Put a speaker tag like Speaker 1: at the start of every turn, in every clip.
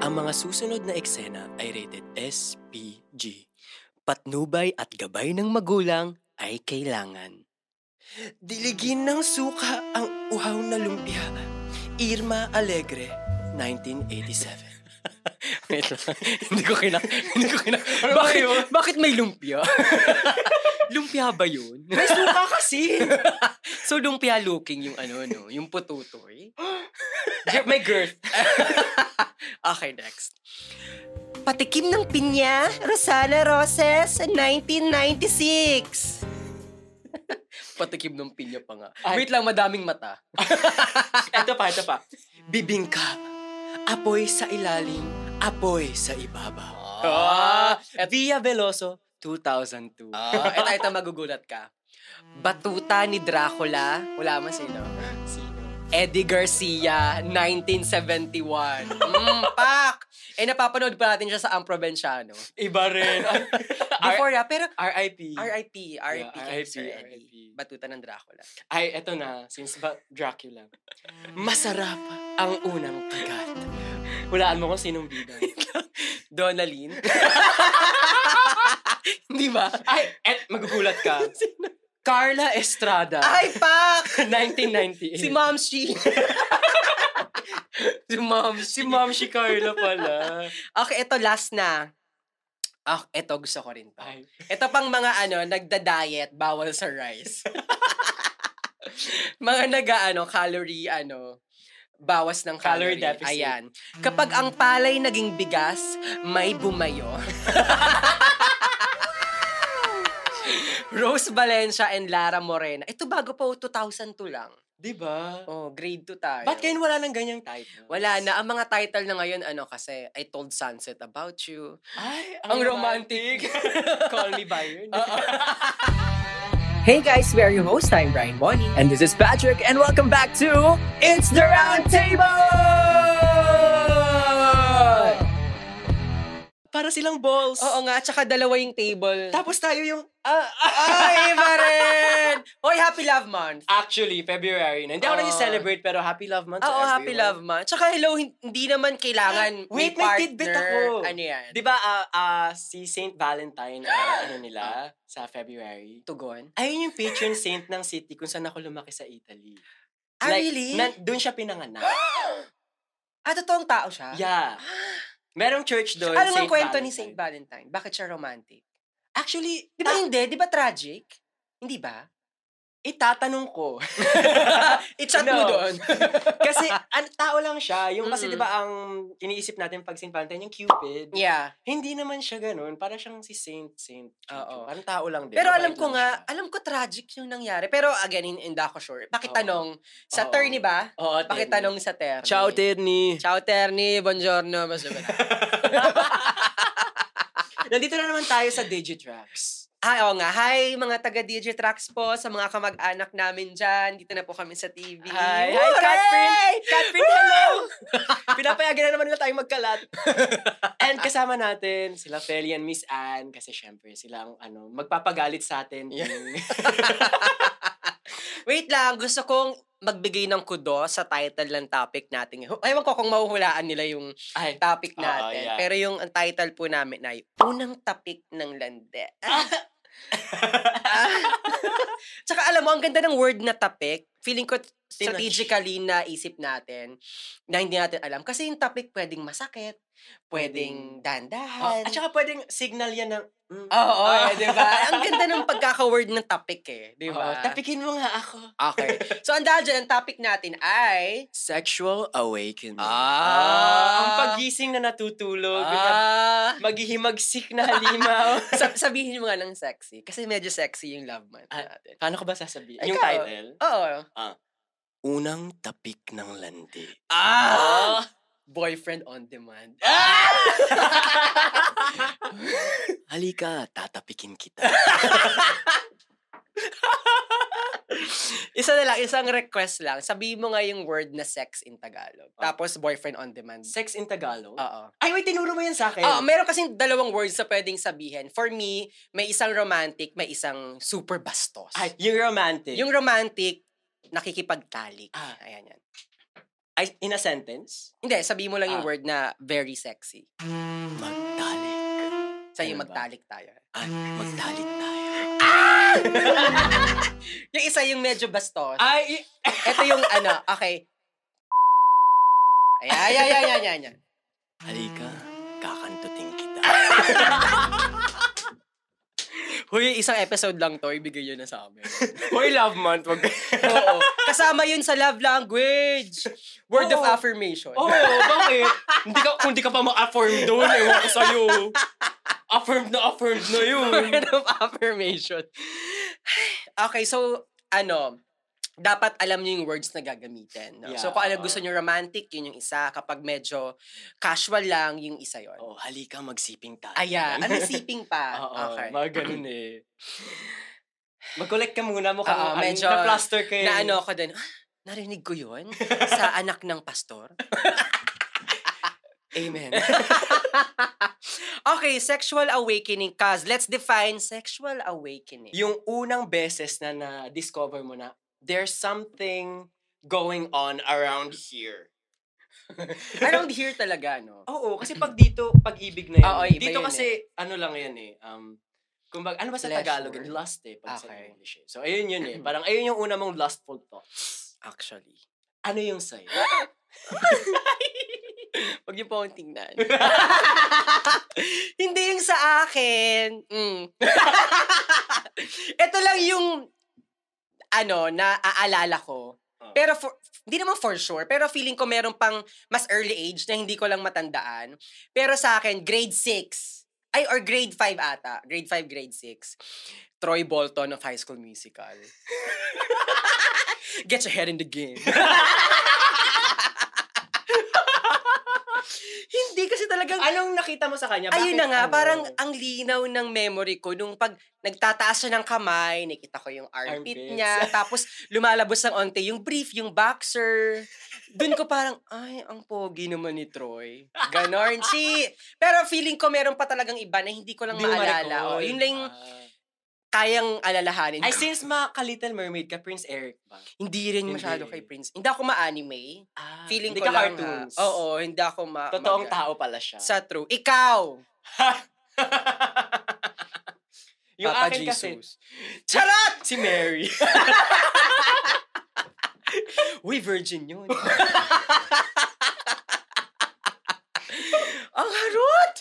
Speaker 1: Ang mga susunod na eksena ay rated SPG. Patnubay at gabay ng magulang ay kailangan. Diligin ng suka ang uhaw na lumpia. Irma Alegre, 1987. Wait lang. hindi ko kina... Hindi ko kina... Bakit, bakit may lumpia? lumpia ba yun? May suka kasi! so, lumpia looking yung ano, no? Yung pututoy. may girth. Okay, next. Patikim ng pinya, Rosana Roses, 1996. Patikim ng pinya pa nga.
Speaker 2: Ay.
Speaker 1: Wait lang, madaming mata.
Speaker 2: Ito pa, ito pa.
Speaker 1: Bibingka. Apoy sa ilalim, apoy sa ibabaw.
Speaker 2: Ah.
Speaker 1: At Via Veloso, 2002. Ah, eto, eto, magugulat ka. Batuta ni Dracula. Wala man sino. Sino? Eddie Garcia, 1971. Mm, pak! Eh, napapanood pa natin siya sa Ang Provenciano.
Speaker 2: Iba rin.
Speaker 1: Before na, pero
Speaker 2: RIP.
Speaker 1: RIP, RIP
Speaker 2: Yeah,
Speaker 1: kay
Speaker 2: RIP,
Speaker 1: Sir Eddie.
Speaker 2: RIP.
Speaker 1: Batuta ng Dracula.
Speaker 2: Ay, eto na. Since ba Dracula.
Speaker 1: Masarap ang unang kagat.
Speaker 2: Hulaan mo kung sinong bida.
Speaker 1: Donaline. Di ba?
Speaker 2: Ay, et, magugulat ka. Carla Estrada.
Speaker 1: Ay, pak!
Speaker 2: 1998.
Speaker 1: Si Ma'am Shi. si Ma'am
Speaker 2: si Ma'am si Carla pala.
Speaker 1: Okay, ito last na. Ah, ito gusto ko rin to.
Speaker 2: Ay,
Speaker 1: Ito pang mga ano, nagda-diet, bawal sa rice. mga nag-ano, calorie, ano, bawas ng calorie.
Speaker 2: Calorie deficit.
Speaker 1: Ayan. Kapag ang palay naging bigas, may bumayo. Rose Valencia and Lara Morena. Ito bago pa, 2002 lang.
Speaker 2: di ba?
Speaker 1: Oh, grade 2 tayo.
Speaker 2: Ba't ngayon wala nang ganyang title?
Speaker 1: Wala na. Ang mga title na ngayon, ano kasi, I Told Sunset About You.
Speaker 2: Ay,
Speaker 1: Ang romantic.
Speaker 2: Call me by your name.
Speaker 1: Hey guys, we are your host. I'm Brian Bonnie.
Speaker 3: And this is Patrick, and welcome back to It's the Round Table!
Speaker 2: Para silang balls.
Speaker 1: Oo nga, tsaka dalawa yung table.
Speaker 2: Tapos tayo yung...
Speaker 1: Ah, ah, iba rin! Oy, Happy Love Month!
Speaker 2: Actually, February na. Hindi ako
Speaker 1: Oo.
Speaker 2: nag-celebrate, pero happy love month to
Speaker 1: Oo, Happy
Speaker 2: everyone.
Speaker 1: Love Month. Tsaka hello, hin- hindi naman kailangan
Speaker 2: Wait, may
Speaker 1: partner.
Speaker 2: tidbit ako.
Speaker 1: Ano yan?
Speaker 2: Di ba, ah, ah, si Saint Valentine, ah, ano nila, sa February?
Speaker 1: Tugon?
Speaker 2: Ayun yung patron saint ng city kung saan ako lumaki sa Italy.
Speaker 1: Ah,
Speaker 2: Like,
Speaker 1: really?
Speaker 2: Na, doon siya pinanganak.
Speaker 1: ah, totoong tao siya?
Speaker 2: yeah. Merong church doon,
Speaker 1: Ano ang
Speaker 2: Saint
Speaker 1: kwento ni St. Valentine?
Speaker 2: Valentine.
Speaker 1: Bakit siya romantic?
Speaker 2: Actually,
Speaker 1: Di ba
Speaker 2: ta-
Speaker 1: hindi? Di ba tragic? Hindi ba?
Speaker 2: itatanong ko.
Speaker 1: I-chat
Speaker 2: No.
Speaker 1: mo doon.
Speaker 2: kasi, an, tao lang siya. Yung kasi,
Speaker 1: Mm-mm.
Speaker 2: di ba, ang iniisip natin pag Saint Valentine, yung Cupid.
Speaker 1: yeah.
Speaker 2: Hindi naman siya ganun. Para siyang si Saint, Saint.
Speaker 1: Oo.
Speaker 2: Oo. Parang tao lang din.
Speaker 1: Pero
Speaker 2: Mabait
Speaker 1: alam ko
Speaker 2: lang
Speaker 1: nga,
Speaker 2: siya.
Speaker 1: alam ko tragic yung nangyari. Pero again, hin- hindi ako sure. Pakitanong sa
Speaker 2: Oo.
Speaker 1: attorney ba?
Speaker 2: Oo, Terni.
Speaker 1: Pakitanong sa Terni.
Speaker 2: Ciao, Terni.
Speaker 1: Ciao, Terni. Buongiorno. Mas
Speaker 2: Nandito na naman tayo sa Digitrax.
Speaker 1: Ay, oo nga. Hi, mga taga Digitrax po, sa mga kamag-anak namin dyan. Dito na po kami sa TV.
Speaker 2: Hi. Hi,
Speaker 1: Hooray!
Speaker 2: Catherine.
Speaker 1: Catherine, hello!
Speaker 2: Pinapayagan na naman nila tayong magkalat. And kasama natin sila Feli and Miss Anne kasi syempre sila ang ano, magpapagalit sa atin.
Speaker 1: Yeah.
Speaker 2: kung-
Speaker 1: Wait lang, gusto kong magbigay ng kudo sa title ng topic natin. Ewan ko kung mahuhulaan nila yung
Speaker 2: Ay,
Speaker 1: topic
Speaker 2: Oo,
Speaker 1: natin.
Speaker 2: yeah.
Speaker 1: Pero yung ang title po namin ay Unang Tapik ng Lande. Tsaka alam mo, ang ganda ng word na tapik, feeling ko strategically na isip natin na hindi natin alam. Kasi yung tapik pwedeng masakit, pwedeng
Speaker 2: oh,
Speaker 1: dandahan.
Speaker 2: at saka pwedeng signal yan ng mm,
Speaker 1: Oo, oh,
Speaker 2: Ah.
Speaker 1: eh, di ba? Ang ganda ng pagkaka-word ng topic eh, di
Speaker 2: oo,
Speaker 1: ba?
Speaker 2: tapikin mo nga ako.
Speaker 1: Okay. So, ang dahil dyan, ang topic natin ay...
Speaker 2: Sexual awakening.
Speaker 1: Ah.
Speaker 2: ang pagising na natutulog.
Speaker 1: Ah,
Speaker 2: na Maghihimagsik na halimaw.
Speaker 1: Sab- sabihin mo nga ng sexy. Kasi medyo sexy yung love month
Speaker 2: Ah.
Speaker 1: natin.
Speaker 2: Paano ko ba
Speaker 1: Ikaw.
Speaker 2: sasabihin? Yung title?
Speaker 1: Oo.
Speaker 3: Unang tapik ng landi.
Speaker 1: Ah! Boyfriend on demand.
Speaker 3: Halika, tatapikin kita.
Speaker 1: Isa na lang, isang request lang. Sabihin mo nga yung word na sex in Tagalog.
Speaker 2: Ah.
Speaker 1: Tapos boyfriend on demand.
Speaker 2: Sex Eh. in Tagalog?
Speaker 1: Oo.
Speaker 2: Ay, wait, tinuro mo yan sa akin.
Speaker 1: Ah, meron kasing dalawang words na pwedeng sabihin. For me, may isang romantic, may isang super bastos.
Speaker 2: Ay, yung romantic.
Speaker 1: Yung romantic, nakikipagtalik.
Speaker 2: Ah.
Speaker 1: Ayan yan. Ay, in a sentence?
Speaker 2: Hindi, sabi mo lang yung
Speaker 1: Ah.
Speaker 2: word na very sexy.
Speaker 4: Magtalik.
Speaker 2: Sa'yo
Speaker 1: Ano ba?
Speaker 2: magtalik tayo.
Speaker 4: At magtalik tayo.
Speaker 2: Yung isa yung medyo bastos.
Speaker 1: Ay, i-
Speaker 2: Ito yung ano, okay. Ay, ay, ay, ay, ay, ay, ay.
Speaker 4: Halika, kakantutin kita.
Speaker 2: Huy, isang episode lang to, ibigay yun na sa amin.
Speaker 1: Hoy, love month. Wag...
Speaker 2: Oo. Kasama yun sa love language. Word of
Speaker 1: Oo.
Speaker 2: affirmation.
Speaker 1: Oo, bakit? hindi, ka, hindi ka pa ma-affirm doon. Ewan ko sa'yo. Affirmed na affirmed na yun.
Speaker 2: Word of affirmation. okay, so, ano, dapat alam niyo yung words na gagamitin. no?
Speaker 1: Yeah,
Speaker 2: so, kung ano
Speaker 1: oo.
Speaker 2: gusto niyo romantic, yun yung isa. Kapag medyo casual lang, yung isa yun.
Speaker 4: Oh, halika, magsiping tayo.
Speaker 2: Ayan. Ano siping pa?
Speaker 1: Oo,
Speaker 2: okay.
Speaker 1: mga ganun eh. Mag-collect ka muna mo.
Speaker 2: Oo,
Speaker 1: Uh,
Speaker 2: medyo-
Speaker 1: Na-plaster ka eh.
Speaker 2: Na ano ko din, "Ah, narinig ko yun sa anak ng pastor.
Speaker 4: Amen.
Speaker 2: Okay, sexual awakening, Kaz. Let's define sexual awakening.
Speaker 1: Yung unang beses na na-discover mo na there's something going on around here.
Speaker 2: Around here talaga, no?
Speaker 1: Oo, kasi pag dito, pag-ibig na yan.
Speaker 2: Oo, iba
Speaker 1: dito
Speaker 2: yun
Speaker 1: kasi, ano lang yan eh. Um, kumbaga, ano ba sa
Speaker 2: Pleasure.
Speaker 1: Tagalog? Lust eh, pag sa
Speaker 2: Okay.
Speaker 1: English eh. So, ayun yun eh. Parang ayun yung una mong lustful thoughts.
Speaker 2: Actually.
Speaker 1: Ano yung sa'yo?
Speaker 2: Huwag niyo po akong tingnan. Hindi yung sa akin. Mm. Ito lang yung ano, naaalala ko.
Speaker 1: Oh.
Speaker 2: Pero for, hindi naman for sure, pero feeling ko meron pang mas early age na hindi ko lang matandaan. Pero sa akin, grade 6. Ay, or grade 5 ata. Grade 5, grade 6. Troy Bolton of High School Musical. Get your head in the game. hindi kasi talagang
Speaker 1: Anong nakita mo sa kanya? Bakit
Speaker 2: Ayun na nga,
Speaker 1: ano?
Speaker 2: parang ang linaw ng memory ko nung pag nagtataas siya ng kamay, nakita ko yung armpit
Speaker 1: Armpits.
Speaker 2: niya, tapos lumalabos ng onte yung brief, yung boxer. Doon ko parang, ay, ang pogi naman ni Troy. Ganorn, si. Pero feeling ko meron pa talagang iba na hindi ko lang
Speaker 1: Di mo
Speaker 2: maalala.
Speaker 1: ma-recall.
Speaker 2: O, yun lang yung
Speaker 1: Ah.
Speaker 2: kayang alalahanin
Speaker 1: Ay,
Speaker 2: ko.
Speaker 1: since maka-Little Mermaid ka, Prince Eric ba?
Speaker 2: Hindi rin
Speaker 1: Hindi.
Speaker 2: masyado kay Prince. Hindi ako ma-anime.
Speaker 1: Ah,
Speaker 2: Feeling
Speaker 1: hindi
Speaker 2: ko
Speaker 1: ka
Speaker 2: lang,
Speaker 1: cartoons.
Speaker 2: ah, oo, hindi ako ma-
Speaker 1: Totoong
Speaker 2: mag-
Speaker 1: tao pala siya.
Speaker 2: Sa true. Ikaw!
Speaker 1: yung
Speaker 2: Papa
Speaker 1: akin kasi,
Speaker 2: Jesus. Charot!
Speaker 1: si Mary.
Speaker 2: Uy, virgin yun. Ang harot!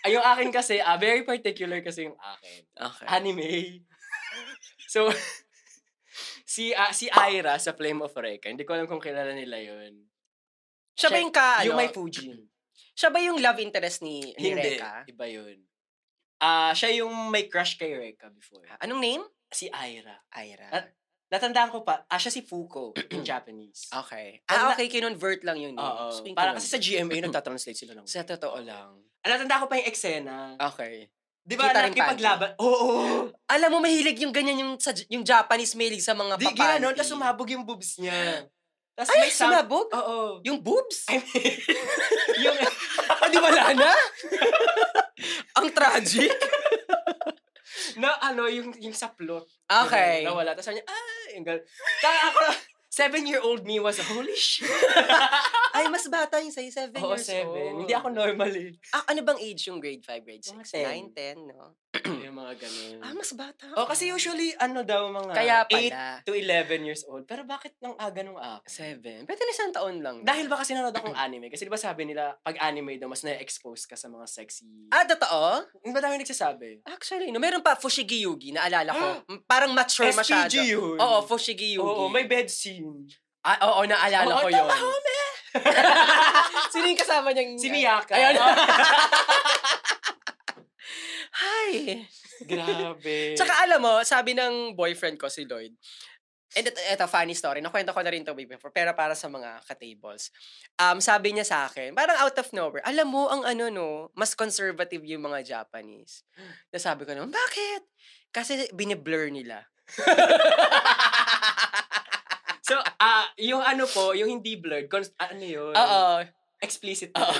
Speaker 1: Ay, yung akin kasi, ah, very particular kasi yung akin.
Speaker 2: Okay.
Speaker 1: Anime. so, si ah, si Ira sa Flame of Reka, hindi ko alam kung kilala nila yun.
Speaker 2: siya ba yung ka, ano?
Speaker 1: Yung may Fujin.
Speaker 2: siya ba yung love interest ni, ni
Speaker 1: Hindi,
Speaker 2: Reka?
Speaker 1: iba yun. Ah, siya yung may crush kay Reka before.
Speaker 2: Ah, Anong name?
Speaker 1: Si Ira.
Speaker 2: Ira.
Speaker 1: At- Natandaan ko pa, ah, siya si Fuko in Japanese.
Speaker 2: okay. Ah,
Speaker 1: At-
Speaker 2: okay, kinonvert lang yun.
Speaker 1: Oo.
Speaker 2: So, yung
Speaker 1: Para
Speaker 2: kinonvert.
Speaker 1: kasi sa GMA, nagtatranslate sila ng
Speaker 2: Sa totoo lang.
Speaker 1: Ah, natanda ko pa yung eksena.
Speaker 2: Okay.
Speaker 1: Di ba
Speaker 2: Kita rin
Speaker 1: nakipaglaban? Oo!
Speaker 2: Alam mo, mahilig yung ganyan yung, sa, yung Japanese mahilig sa mga
Speaker 1: Di,
Speaker 2: papanti.
Speaker 1: ginanon, tapos sumabog yung boobs niya. Tapos may
Speaker 2: Ay,
Speaker 1: some-
Speaker 2: sumabog?
Speaker 1: Oo.
Speaker 2: Yung boobs?
Speaker 1: I mean, yung,
Speaker 2: Ah, di wala na? Ang tragic.
Speaker 1: na ano, yung, yung sa plot.
Speaker 2: Okay.
Speaker 1: Yung Nawala. Tapos sabi niya, ah, yung gal. Taka ako lang, seven-year-old me was, holy shit.
Speaker 2: Ay, mas bata yung sa'yo, seven
Speaker 1: Oo,
Speaker 2: years
Speaker 1: seven.
Speaker 2: old.
Speaker 1: Hindi ako normal eh.
Speaker 2: Ah, ano bang age yung grade 5, grade 6?
Speaker 1: Mga
Speaker 2: 9, 10, no?
Speaker 1: yung mga ganun.
Speaker 2: Ah, mas bata.
Speaker 1: Oh, kasi usually, ano daw, mga
Speaker 2: Kaya
Speaker 1: eight
Speaker 2: pala.
Speaker 1: to 11 years old. Pero bakit nang ah, aga nung ako?
Speaker 2: 7. Pwede na isang taon lang.
Speaker 1: Dahil ba kasi nanonood akong anime? Kasi di ba sabi nila, pag anime daw, mas na-expose ka sa mga sexy...
Speaker 2: Ah, totoo?
Speaker 1: Ang dami nagsasabi.
Speaker 2: Actually, no. Meron pa Fushigi Yugi, naalala ko. M- Parang mature masyado.
Speaker 1: SPG yun.
Speaker 2: Oo, Fushigi Yugi.
Speaker 1: Oo, may bed scene.
Speaker 2: Ah, oo, naalala
Speaker 1: Oo,
Speaker 2: ko yun.
Speaker 1: Tamahome!
Speaker 2: Sino yung kasama niyang...
Speaker 1: Si Miyaka.
Speaker 2: Ayun.
Speaker 1: Ah,
Speaker 2: Hi!
Speaker 1: grabe.
Speaker 2: Tsaka alam mo, sabi ng boyfriend ko si Lloyd, and ito, ito, funny story, nakwento ko na rin to before, pero para sa mga ka-tables. Um, sabi niya sa akin, parang out of nowhere, alam mo, ang ano no, mas conservative yung mga Japanese. Na sabi ko naman, bakit? Kasi biniblur nila.
Speaker 1: so, ah, yung ano po, yung hindi blurred, cons- ano yun?
Speaker 2: Oo.
Speaker 1: Explicit. Oo.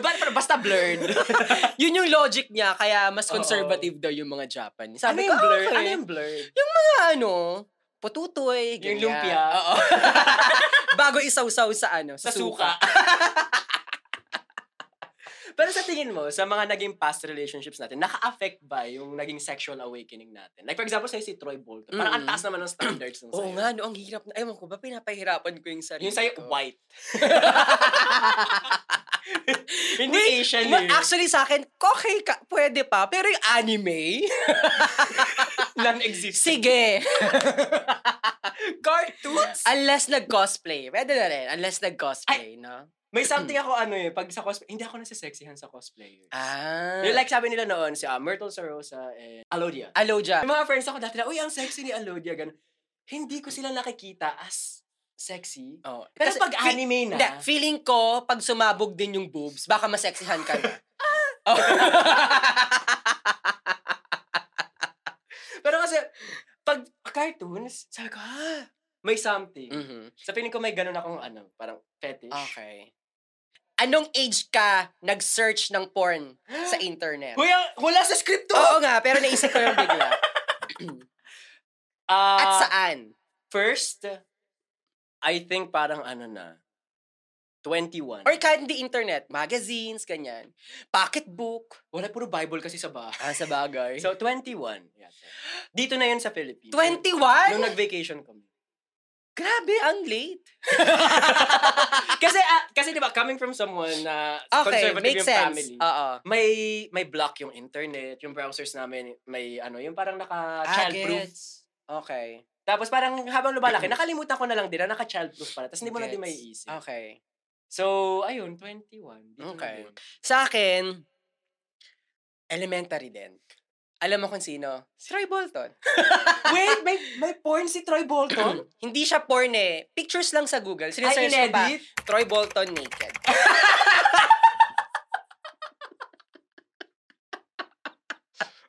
Speaker 1: pero basta blurred.
Speaker 2: Yun yung logic niya, kaya mas
Speaker 1: Oo.
Speaker 2: conservative daw yung mga Japanese.
Speaker 1: ano
Speaker 2: Sabi
Speaker 1: yung
Speaker 2: ko, "Oh,
Speaker 1: blurred?
Speaker 2: "Ah, okay."
Speaker 1: Ano yung blurred?
Speaker 2: Mga ano,
Speaker 1: pututoy,
Speaker 2: Yung
Speaker 1: ganyan.
Speaker 2: lumpia.
Speaker 1: Oo. Bago isawsaw sa ano,
Speaker 2: Sa suka. Pero sa tingin mo, sa mga naging past relationships natin, naka-affect ba yung naging sexual awakening natin? Like for example, sa'yo si Troy Bolton. Parang ang
Speaker 1: Mm.
Speaker 2: taas naman ng standards ng
Speaker 1: Oo
Speaker 2: sa'yo.
Speaker 1: nga, no, ang hirap na. Ewan ko ba, pinapahirapan ko yung sarili
Speaker 2: Yung sa'yo,
Speaker 1: ko.
Speaker 2: white. Hindi
Speaker 1: Wait,
Speaker 2: Asian
Speaker 1: Ma-
Speaker 2: eh.
Speaker 1: actually sa akin, okay ka, pwede pa. Pero yung anime,
Speaker 2: Non-existent.
Speaker 1: sige.
Speaker 2: Cartoons?
Speaker 1: Unless nag-cosplay. Pwede na rin. Unless nag-cosplay, no?
Speaker 2: May something ako ano eh, pag sa cosplay, hindi ako nasisexihan sa cosplayer.
Speaker 1: Ah.
Speaker 2: Yung like sabi nila noon, si ah, Myrtle Sarosa and Alodia.
Speaker 1: Aloja.
Speaker 2: Yung mga friends ako dati na, uy, ang sexy ni Alodia, ganun. Hindi ko sila nakikita as sexy.
Speaker 1: Oh.
Speaker 2: Pero
Speaker 1: Kasi
Speaker 2: pag
Speaker 1: fe-
Speaker 2: anime na,
Speaker 1: Hindi, feeling ko, pag sumabog din yung boobs, baka maseksihan ka na. Oh.
Speaker 2: pero kasi, pag cartoons, sabi ko, ha, may something.
Speaker 1: Mhm.
Speaker 2: Sa piling ko may ganun akong ano, parang fetish.
Speaker 1: Ah, Okay. Anong age ka nag-search ng porn sa internet?
Speaker 2: Kuya, wala sa script to!
Speaker 1: Oo nga, pero naisip ko yung bigla.
Speaker 2: Ah,
Speaker 1: At saan?
Speaker 2: First, I think parang ano na, 21.
Speaker 1: Or kahit hindi internet, magazines, ganyan. Pocketbook.
Speaker 2: wala, puro Bible kasi sa bahay.
Speaker 1: Ah, sa bagay.
Speaker 2: So, 21. yata. Dito na yun sa Philippines.
Speaker 1: 21?
Speaker 2: Nung nag-vacation kami.
Speaker 1: Grabe, ang late.
Speaker 2: kasi, ah, kasi di ba, coming from someone na
Speaker 1: Okay,
Speaker 2: conservative
Speaker 1: makes
Speaker 2: yung
Speaker 1: sense. Oh.
Speaker 2: family,
Speaker 1: Oo.
Speaker 2: may may block yung internet, yung browsers namin, may ano, yung parang naka-childproof.
Speaker 1: Agets. Okay.
Speaker 2: Tapos parang habang lumalaki, nakalimutan ko na lang din na naka-childproof pala. Tapos hindi mo na din
Speaker 1: Gets.
Speaker 2: may isip.
Speaker 1: Okay.
Speaker 2: So, ayun, 21. Dito na
Speaker 1: Okay.
Speaker 2: din.
Speaker 1: Sa akin, elementary din. Alam mo kung sino? Si Roy Bolton.
Speaker 2: Wait, may, may porn si Troy Bolton?
Speaker 1: Hindi siya porn eh. Pictures lang sa Google.
Speaker 2: Ay,
Speaker 1: Sinesearch ko pa.
Speaker 2: inedit?
Speaker 1: Troy Bolton naked.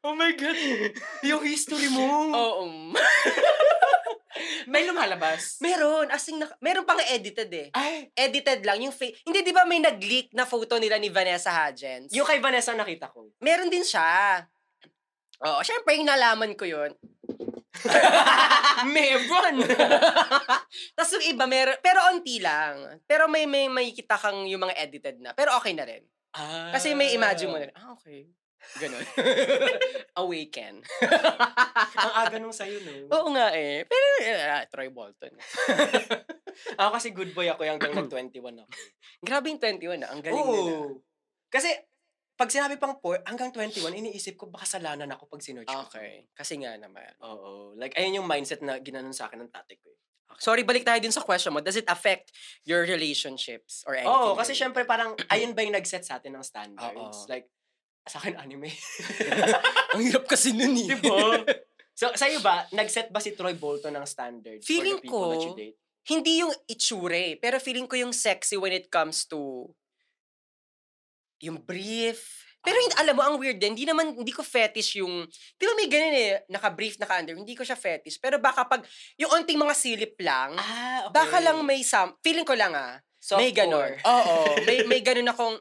Speaker 2: Oh my God. yung history mo.
Speaker 1: Oo.
Speaker 2: May lumalabas.
Speaker 1: meron. As in, nak- meron pang edited eh.
Speaker 2: Ay,
Speaker 1: Edited lang. Yung fa- Hindi, di ba may nag-leak na photo nila ni Vanessa Hudgens?
Speaker 2: yung kay Vanessa nakita ko.
Speaker 1: Meron din siya. Oo, syempre yung nalaman ko yun.
Speaker 2: Meron!
Speaker 1: Tapos yung iba, meron, pero onti lang. Pero may, may, may kita kang yung mga edited na. Pero okay na rin. Kasi may imagine mo na rin, ah, okay. Ganun. Awaken.
Speaker 2: Ah. Ang aga nung sa'yo, no?
Speaker 1: Oo nga eh. Pero, eh, Troy Bolton.
Speaker 2: Ako kasi good boy ako hanggang nag-21 ako.
Speaker 1: Grabe yung 21 ah. Ang galing
Speaker 2: Oo.
Speaker 1: nila.
Speaker 2: Kasi, pag sinabi pang por, hanggang 21, iniisip ko, baka salanan ako pag sinerge ko.
Speaker 1: Okay. Kasi nga naman.
Speaker 2: Oo. Like, ayun yung mindset na ginanon sa akin ng tatay ko. eh.
Speaker 1: Sorry, balik tayo din sa question mo. Does it affect your relationships or anything?
Speaker 2: Oo, kasi
Speaker 1: related?
Speaker 2: syempre parang, ayun ba yung nag-set sa atin ng standards?
Speaker 1: Oo.
Speaker 2: Like, sa akin anime.
Speaker 1: Ang hirap kasi nun eh.
Speaker 2: diba? So, sa'yo ba, nag-set ba si Troy Bolton ng standards
Speaker 1: Feeling
Speaker 2: for the people that
Speaker 1: ko,
Speaker 2: you date?
Speaker 1: Hindi yung itsure, pero feeling ko yung sexy when it comes to yung brief. Pero hindi,
Speaker 2: Ah.
Speaker 1: alam mo, ang weird din, hindi naman, hindi ko fetish yung, di ba may ganun eh, naka-brief, naka-under, hindi ko siya fetish. Pero baka pag, yung onting mga silip lang,
Speaker 2: Ah,
Speaker 1: baka lang may some, feeling ko lang ah, may ganun. Oo, may, may ganun akong,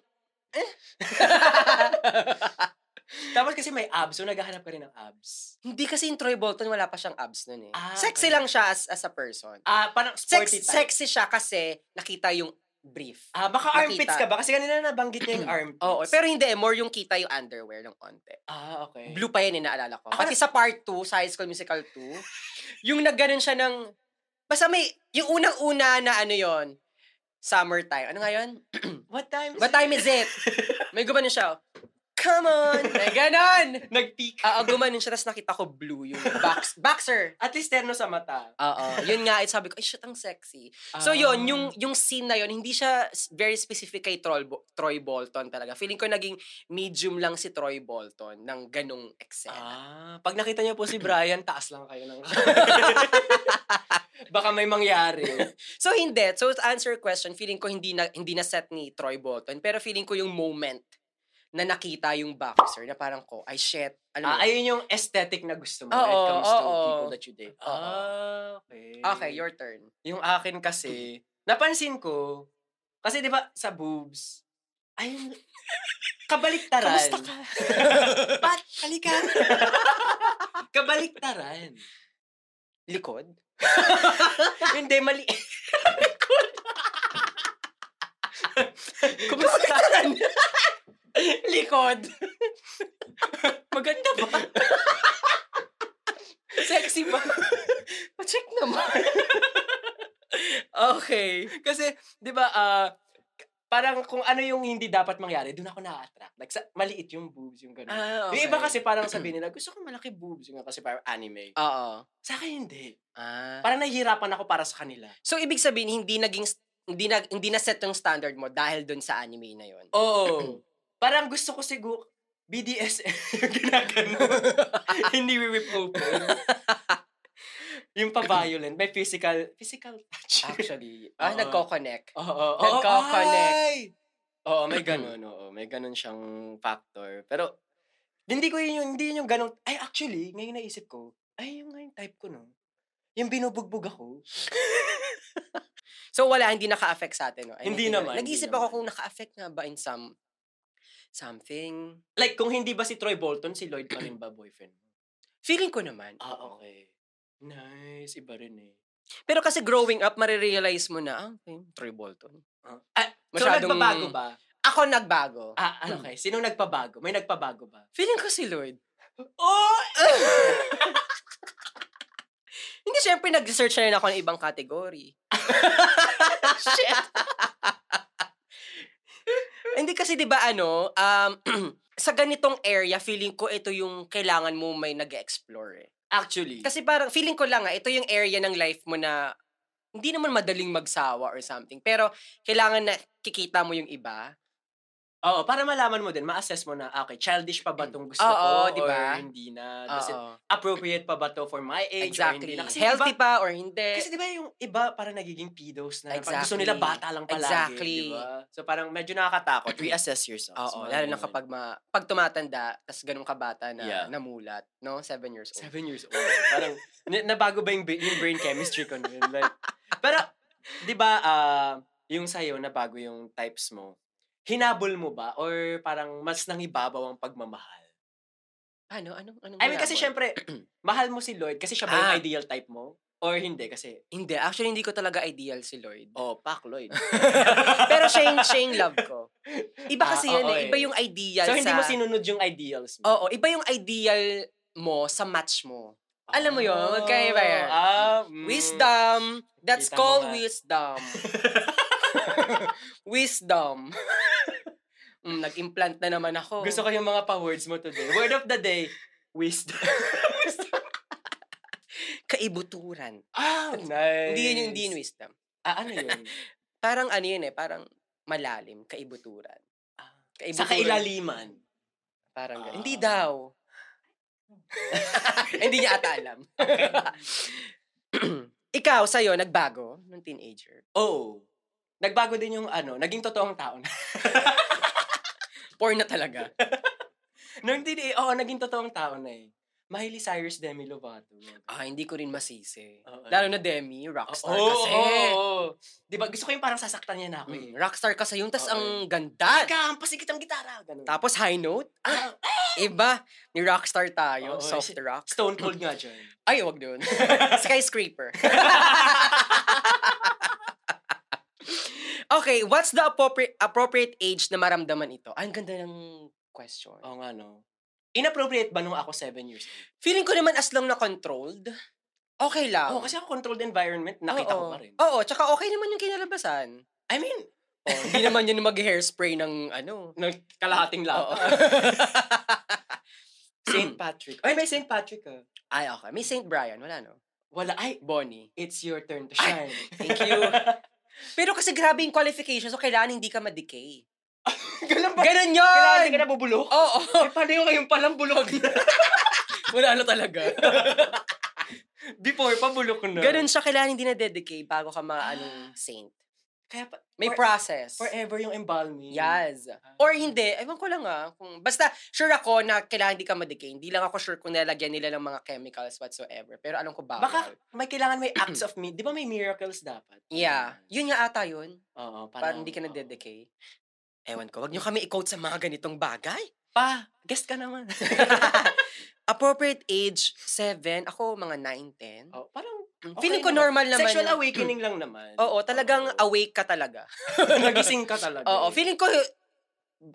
Speaker 2: Tapos kasi may abs, so naghahanap ka rin ng abs.
Speaker 1: hindi kasi yung Troy Bolton, wala pa siyang abs nun eh.
Speaker 2: Ah,
Speaker 1: sexy
Speaker 2: okay.
Speaker 1: lang siya as, as a person.
Speaker 2: Ah, parang
Speaker 1: Sex,
Speaker 2: sporty type.
Speaker 1: sexy siya kasi nakita yung brief.
Speaker 2: Ah, baka
Speaker 1: Nakita.
Speaker 2: armpits ka ba? Kasi kanina nabanggit niya yung armpits.
Speaker 1: Oo, pero hindi eh, more yung kita yung underwear ng konti.
Speaker 2: Ah, okay.
Speaker 1: Blue pa yan, eh, naalala ko.
Speaker 2: Ah,
Speaker 1: Pati sa part 2, sa High School Musical 2, yung nagganon siya ng, basta may, yung unang-una na ano yon summertime. Ano nga yun?
Speaker 2: What time?
Speaker 1: What time is it? May gumanon siya, oh, come on! May ganon!
Speaker 2: Nag-peak.
Speaker 1: Oo, gumanon siya, tapos nakita ko blue yung box, boxer.
Speaker 2: At least terno sa mata. Ah.
Speaker 1: Oo, yun nga, it, sabi ko, ay shit, ang sexy. So yun, yung, yung scene na yun, hindi siya s- very specific kay Troy, Bo- Troy Bolton talaga. Feeling ko naging medium lang si Troy Bolton ng ganong eksena.
Speaker 2: Ah, pag nakita niyo po si Brian, taas lang kayo ng... baka may mangyari.
Speaker 1: So hindi. So to answer your question, feeling ko hindi na hindi na set ni Troy Bolton, pero feeling ko yung moment na nakita yung boxer na parang ko, ay shit. Alam mo. yun?
Speaker 2: Ah, ayun yung aesthetic na gusto mo when it
Speaker 1: Oo,
Speaker 2: comes to
Speaker 1: oo.
Speaker 2: people that you date.
Speaker 1: Oo.
Speaker 2: Ah, okay.
Speaker 1: okay, your turn.
Speaker 2: Yung akin kasi, napansin ko, kasi di ba sa boobs, ayun, kabaliktaran.
Speaker 1: Kamusta ka?
Speaker 2: Pat, halika. kabaliktaran.
Speaker 1: Likod? Hindi, mali.
Speaker 2: Kumusta?
Speaker 1: Likod. Maganda ba? Sexy ba? Pacheck naman. okay.
Speaker 2: Kasi, di ba, ah, parang kung ano yung hindi dapat mangyari, doon ako na-attract. Like, sa, maliit yung boobs, yung gano'n.
Speaker 1: Ah,
Speaker 2: Yung iba kasi parang sabi nila, gusto ko malaki boobs, yung kasi parang anime.
Speaker 1: Oo.
Speaker 2: Sa akin, hindi.
Speaker 1: Ah.
Speaker 2: Parang nahihirapan ako para sa kanila.
Speaker 1: So, ibig sabihin, hindi naging, hindi na, hindi na set yung standard mo dahil dun sa anime na yon.
Speaker 2: Oo. parang gusto ko siguro, BDSM yung ginagano. hindi we whip open. yung pa-violent, may physical, physical touch.
Speaker 1: Actually, ah,
Speaker 2: Oo. Oh.
Speaker 1: nagko-connect.
Speaker 2: Oo, oo, oo.
Speaker 1: Nagko-connect.
Speaker 2: ay! Oo, may ganun, oo. May ganun siyang factor. Pero, hindi ko yun, yung- hindi yun yung ganun. Ay, actually, ngayon naisip ko, ay, yung nga yung type ko, no? Yung binubugbog ako.
Speaker 1: So, wala, hindi naka-affect sa atin. No? Anything
Speaker 2: Hindi
Speaker 1: na-
Speaker 2: naman, hindi
Speaker 1: Nag-iisip ako
Speaker 2: naman.
Speaker 1: kung naka-affect nga ba in some, something.
Speaker 2: Like, kung hindi ba si Troy Bolton, si Lloyd pa rin ba boyfriend? mo?
Speaker 1: Feeling ko naman.
Speaker 2: Ah, okay. Nice, iba rin eh.
Speaker 1: Pero kasi growing up, marirealize mo na, ah, okay, Troy Bolton.
Speaker 2: Ah, ah,
Speaker 1: Masyadong-
Speaker 2: So, nagpabago ba?
Speaker 1: Ako nagbago.
Speaker 2: Ah, ah, okay. Sinong nagpabago? May nagpabago ba?
Speaker 1: Feeling ko si Lloyd.
Speaker 2: Oh!
Speaker 1: Hindi, syempre, nag-search na rin ako ng ibang category. Shit! Hindi kasi, di ba, ano, um, sa ganitong area, feeling ko ito yung kailangan mo may nag explore eh.
Speaker 2: Actually.
Speaker 1: Kasi parang, feeling ko lang, ah, ito yung area ng life mo na hindi naman madaling magsawa or something. Pero, kailangan na kikita mo yung iba.
Speaker 2: oo, para malaman mo din, ma-assess mo na, ah, okay, childish pa ba tong gusto
Speaker 1: Oo,
Speaker 2: ko?
Speaker 1: di ba?
Speaker 2: Or hindi na. Does it
Speaker 1: Oo.
Speaker 2: appropriate pa ba to for my age? or
Speaker 1: Exactly.
Speaker 2: hindi na? Kasi
Speaker 1: Healthy
Speaker 2: iba-
Speaker 1: pa or hindi.
Speaker 2: kasi di ba yung iba parang nagiging pedos na. Parang gusto
Speaker 1: Exactly.
Speaker 2: nila bata lang palagi.
Speaker 1: Exactly.
Speaker 2: Di ba? So parang medyo nakakatakot. Reassess yourself.
Speaker 1: Oo, lalo na kapag ma, pag tumatanda, tas ganun ka bata na
Speaker 2: Yeah.
Speaker 1: namulat, no? Seven years old.
Speaker 2: Seven years old. parang n- nabago ba yung, ba- yung brain chemistry ko nun? Like, pero, di ba, ah, yung sa'yo, nabago yung types mo. Hinabol mo ba? Or parang mas nangibabaw ang pagmamahal?
Speaker 1: Ano? Anong, anong
Speaker 2: I mean, kasi
Speaker 1: hinabol?
Speaker 2: syempre, mahal mo si Lloyd kasi siya ba yung
Speaker 1: Ah.
Speaker 2: ideal type mo? Or hindi? Kasi,
Speaker 1: Hindi, actually hindi ko talaga ideal si Lloyd.
Speaker 2: oh, pak Lloyd.
Speaker 1: Pero siya yung, siya yung love ko. Iba
Speaker 2: Ah,
Speaker 1: kasi yun
Speaker 2: oo
Speaker 1: eh. Iba
Speaker 2: eh.
Speaker 1: yung ideal
Speaker 2: so, hindi
Speaker 1: sa...
Speaker 2: mo sinunod yung ideals mo?
Speaker 1: Oo, iba yung ideal mo sa match mo. Oh, alam mo yun, okay ba yan?
Speaker 2: Ah, mm.
Speaker 1: Wisdom. That's
Speaker 2: Kita mo
Speaker 1: called
Speaker 2: nga.
Speaker 1: wisdom. wisdom. Mm, nag-implant na naman ako.
Speaker 2: Gusto ko yung mga pa-words mo today. Word of the day, wisdom.
Speaker 1: kaibuturan.
Speaker 2: ah, nice.
Speaker 1: Hindi yun yung hindi yun wisdom.
Speaker 2: Ah, ano yun?
Speaker 1: Parang ano yun eh, parang malalim, kaibuturan.
Speaker 2: Ah.
Speaker 1: Kaibuturan.
Speaker 2: Sa kailaliman.
Speaker 1: Parang ganun. Hindi
Speaker 2: Ah.
Speaker 1: daw. Hindi niya ata alam. Ikaw, sa'yo, nagbago nung teenager.
Speaker 2: Oh. Nagbago din yung ano, naging totoong tao na.
Speaker 1: Porn na talaga.
Speaker 2: Nung hindi, oo, naging totoong tao na eh. Miley Cyrus, Demi Lovato.
Speaker 1: Ah, hindi ko rin masisi.
Speaker 2: Oo.
Speaker 1: Lalo na Demi, rockstar kasi.
Speaker 2: Ah. Oo, oo, oo. Di ba, gusto ko yung parang sasaktan niya na ako
Speaker 1: Mm,
Speaker 2: eh.
Speaker 1: rockstar kasi yung tas
Speaker 2: Oo.
Speaker 1: ang ganda.
Speaker 2: Ika, ang pasigit ang gitara. Ganun.
Speaker 1: Tapos high note.
Speaker 2: Ah,
Speaker 1: Iba, ni rockstar tayo.
Speaker 2: Oo,
Speaker 1: soft
Speaker 2: si-
Speaker 1: rock.
Speaker 2: Stone Cold nga dyan.
Speaker 1: Ay, wag doon. Skyscraper. okay, what's the appropriate, appropriate age na maramdaman ito? Ay, ang ganda ng question.
Speaker 2: Oo nga no. Inappropriate ba nung ako 7 years old?
Speaker 1: Feeling ko naman as long na controlled, okay lang.
Speaker 2: Oo, kasi ako controlled environment, nakita
Speaker 1: Oo.
Speaker 2: ko pa rin.
Speaker 1: Oo, tsaka okay naman yung kinalabasan.
Speaker 2: I mean,
Speaker 1: Oh, hindi naman yun mag-hairspray ng ano.
Speaker 2: ng kalahating
Speaker 1: Oo.
Speaker 2: lahat. St. Patrick. Ay, may St. Patrick ah.
Speaker 1: Ay, okay. May St. Brian, wala no?
Speaker 2: Wala, ay,
Speaker 1: Bonnie.
Speaker 2: it's your turn to shine.
Speaker 1: Thank you. Pero kasi grabe yung qualifications, so kailangan hindi ka ma-decay.
Speaker 2: Ganun ba?
Speaker 1: Ganun
Speaker 2: Kailangan hindi
Speaker 1: yun!
Speaker 2: ka nabubulok?
Speaker 1: Oo.
Speaker 2: Eh, paano yung kayong palang bulog na?
Speaker 1: Wala na talaga.
Speaker 2: Before, pabulok na.
Speaker 1: Ganun siya, kailangan hindi na dedicate bago ka maanong saint.
Speaker 2: Kaya pa,
Speaker 1: May
Speaker 2: For-
Speaker 1: process.
Speaker 2: forever yung embalming.
Speaker 1: Yes.
Speaker 2: Ah.
Speaker 1: Or hindi, ewan ko lang ah. Kung, basta, sure ako na kailangan hindi ka ma-decay. Hindi lang ako sure kung nalagyan nila ng mga chemicals whatsoever. Pero alam ko bawal.
Speaker 2: Baka may kailangan may acts of me. Di ba may miracles dapat?
Speaker 1: Yeah. Yun nga ata yun.
Speaker 2: Mm. Oo,
Speaker 1: Para hindi ka na dedicate. Ewan ko, wag niyo kami i-quote sa mga ganitong bagay.
Speaker 2: Pa, guest ka naman.
Speaker 1: Appropriate age, 7. Ako, mga 9, 10.
Speaker 2: oh, parang
Speaker 1: Feeling ko normal naman.
Speaker 2: Sexual
Speaker 1: yun.
Speaker 2: awakening lang naman.
Speaker 1: Oo, talagang awake ka talaga.
Speaker 2: Nagising ka talaga.
Speaker 1: Oo,
Speaker 2: eh.
Speaker 1: feeling ko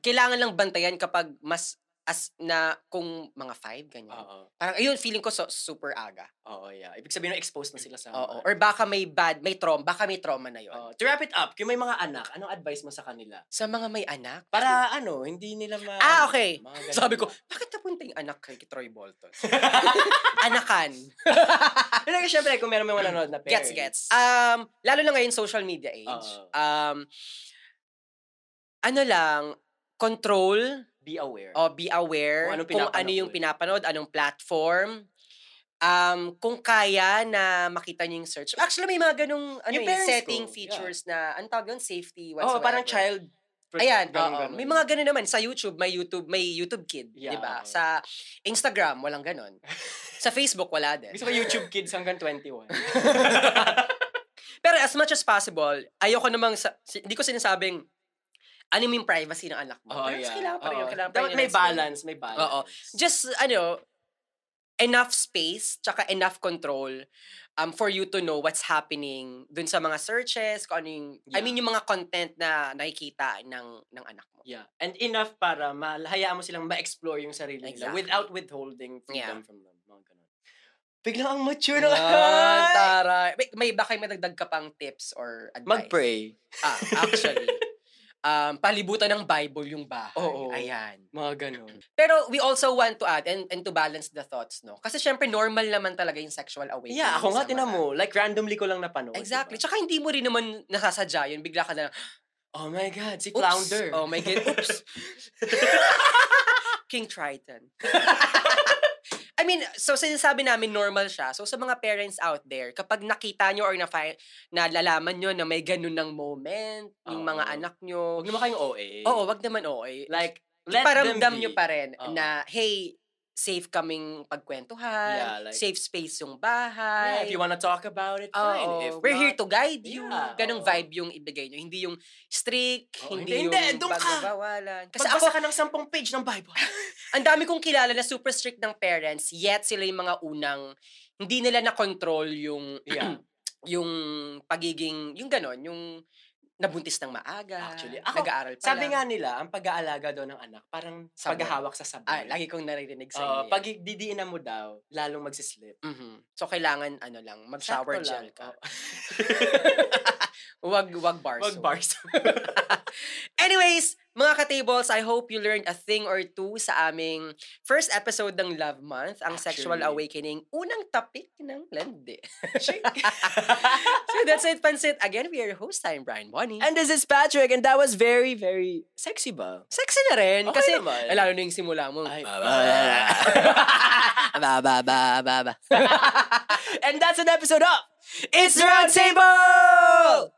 Speaker 1: kailangan lang bantayan kapag mas as na kung mga five, ganyan.
Speaker 2: Oo.
Speaker 1: Parang ayun, feeling ko so, super aga.
Speaker 2: Oo, yeah. Ibig sabihin, exposed na sila sa...
Speaker 1: Oo. Or baka may bad, may trauma, baka may trauma na yun.
Speaker 2: Oo. to wrap it up, kung may mga anak, anong advice mo sa kanila?
Speaker 1: Sa mga may anak,
Speaker 2: Para ano, hindi nila ma...
Speaker 1: Ah, okay.
Speaker 2: mga ganun.
Speaker 1: Sabi ko, bakit napunta yung anak kay Troy Bolton? Anakan. ah,
Speaker 2: Pero syempre, kung meron may manonood na
Speaker 1: Gets,
Speaker 2: parents.
Speaker 1: gets. Um, lalo na ngayon, social media age.
Speaker 2: Oo.
Speaker 1: Um, ano lang, control,
Speaker 2: Be aware.
Speaker 1: o Oh, be aware
Speaker 2: Kung anong
Speaker 1: kung, ano
Speaker 2: pinapanood.
Speaker 1: yung pinapanood, anong platform. Um, kung kaya na makita niyo yung search. Actually, may mga ganong ano,
Speaker 2: Yung
Speaker 1: eh,
Speaker 2: parents
Speaker 1: setting
Speaker 2: ko,
Speaker 1: features na, ano tawag yun? Safety,
Speaker 2: Oo,
Speaker 1: whatsoever.
Speaker 2: parang child...
Speaker 1: Ayan,
Speaker 2: ganun,
Speaker 1: oo.
Speaker 2: ganun.
Speaker 1: may mga ganun naman. Sa YouTube, may YouTube, may YouTube Kid,
Speaker 2: Yeah,
Speaker 1: di ba?
Speaker 2: oo.
Speaker 1: Sa Instagram, walang ganun. Sa Facebook, wala din.
Speaker 2: Gusto ko YouTube kids hanggang 21.
Speaker 1: Pero as much as possible, ayoko namang, sa, si- hindi ko sinasabing, ano yung privacy ng anak mo. Pero
Speaker 2: Oo, Oh, yeah.
Speaker 1: kailangan pa rin.
Speaker 2: Oo.
Speaker 1: Kailangan pa rin
Speaker 2: Dapat
Speaker 1: yung
Speaker 2: may
Speaker 1: respect.
Speaker 2: balance, may balance.
Speaker 1: Oo. Just, ano, enough space, tsaka enough control um, for you to know what's happening dun sa mga searches, kung ano yung, I
Speaker 2: Yeah.
Speaker 1: mean, yung mga content na nakikita ng, ng anak mo.
Speaker 2: Yeah. And enough para ma- hayaan mo silang ma-explore yung sarili nila
Speaker 1: Exactly.
Speaker 2: without withholding freedom
Speaker 1: Yeah.
Speaker 2: from them. Mga ganun. Biglang ang mature na.
Speaker 1: Yan, taray. May, may ba kayo madagdag ka pang tips or advice?
Speaker 2: Mag-pray.
Speaker 1: Ah, actually. um, palibutan ng Bible yung bahay.
Speaker 2: Oo.
Speaker 1: Ayan.
Speaker 2: Mga ganun.
Speaker 1: Pero we also want to add and, and to balance the thoughts, no? Kasi syempre normal naman talaga yung sexual awakening.
Speaker 2: Yeah, ako nga
Speaker 1: sa
Speaker 2: tinan
Speaker 1: mga- ano,
Speaker 2: mo. Like, randomly ko lang napanood.
Speaker 1: Exactly.
Speaker 2: diba?
Speaker 1: Tsaka hindi mo rin naman nasasadya yun. Bigla ka na lang,
Speaker 2: Oh my God, si
Speaker 1: oops.
Speaker 2: Flounder.
Speaker 1: Oh my God, oops. King Triton. I mean, so sinasabi namin normal siya. So sa mga parents out there, kapag nakita nyo or na nalalaman nyo na may ganun ng moment, yung mga
Speaker 2: Oo.
Speaker 1: anak nyo.
Speaker 2: Huwag naman kayong OA.
Speaker 1: Oo, wag naman oo. eh.
Speaker 2: Like, let them
Speaker 1: Iparamdam
Speaker 2: be.
Speaker 1: nyo pa rin
Speaker 2: Oo.
Speaker 1: na, hey, safe kaming pagkwentuhan,
Speaker 2: Yeah, like-
Speaker 1: safe space yung
Speaker 2: Yeah,
Speaker 1: bahay.
Speaker 2: if you wanna talk about it,
Speaker 1: Oo,
Speaker 2: fine. If
Speaker 1: we're
Speaker 2: not,
Speaker 1: here to guide you.
Speaker 2: Yeah,
Speaker 1: Ganong
Speaker 2: oo.
Speaker 1: vibe yung ibigay nyo. Hindi yung strict,
Speaker 2: Oo,
Speaker 1: hindi,
Speaker 2: hindi,
Speaker 1: yung
Speaker 2: hindi, doon ka.
Speaker 1: pagbabawalan. Kasi
Speaker 2: Kasi
Speaker 1: ako,
Speaker 2: ka ng sampung page ng Bible.
Speaker 1: ang dami kong kilala na super strict ng parents, yet sila yung mga unang, hindi nila na-control yung,
Speaker 2: Yeah.
Speaker 1: yung pagiging, yung ganon, yung nabuntis ng maaga,
Speaker 2: Actually, ako,
Speaker 1: nag-aaral pa
Speaker 2: Sabi
Speaker 1: lang.
Speaker 2: nga nila, ang pag-aalaga daw ng anak, parang
Speaker 1: Sabon.
Speaker 2: paghahawak sa sabon.
Speaker 1: ah, lagi kong naririnig sa
Speaker 2: Oo,
Speaker 1: inyo.
Speaker 2: pag didiinan mo daw, lalong magsislip.
Speaker 1: Mhm. So, kailangan, ano lang, mag-shower
Speaker 2: Sakto
Speaker 1: gel
Speaker 2: lang,
Speaker 1: ka. Wag, wag bar
Speaker 2: Wag
Speaker 1: soap.
Speaker 2: bars.
Speaker 1: Anyways, mga ka-tables, I hope you learned a thing or two sa aming first episode ng Love Month, ang Sexual
Speaker 2: Actually.
Speaker 1: Awakening, unang topic ng Lende. so that's it, Pansit. Again, we are your host, I'm Brian Bonnie.
Speaker 5: And this is Patrick, and that was very, very sexy ba?
Speaker 1: sexy na rin,
Speaker 2: Okay
Speaker 1: kasi
Speaker 2: naman.
Speaker 1: eh, lalo na yung simula mo.
Speaker 2: Ay,
Speaker 5: Ba, ba, ba, ba, ba, ba, ba. and that's an episode of It's the Round Table!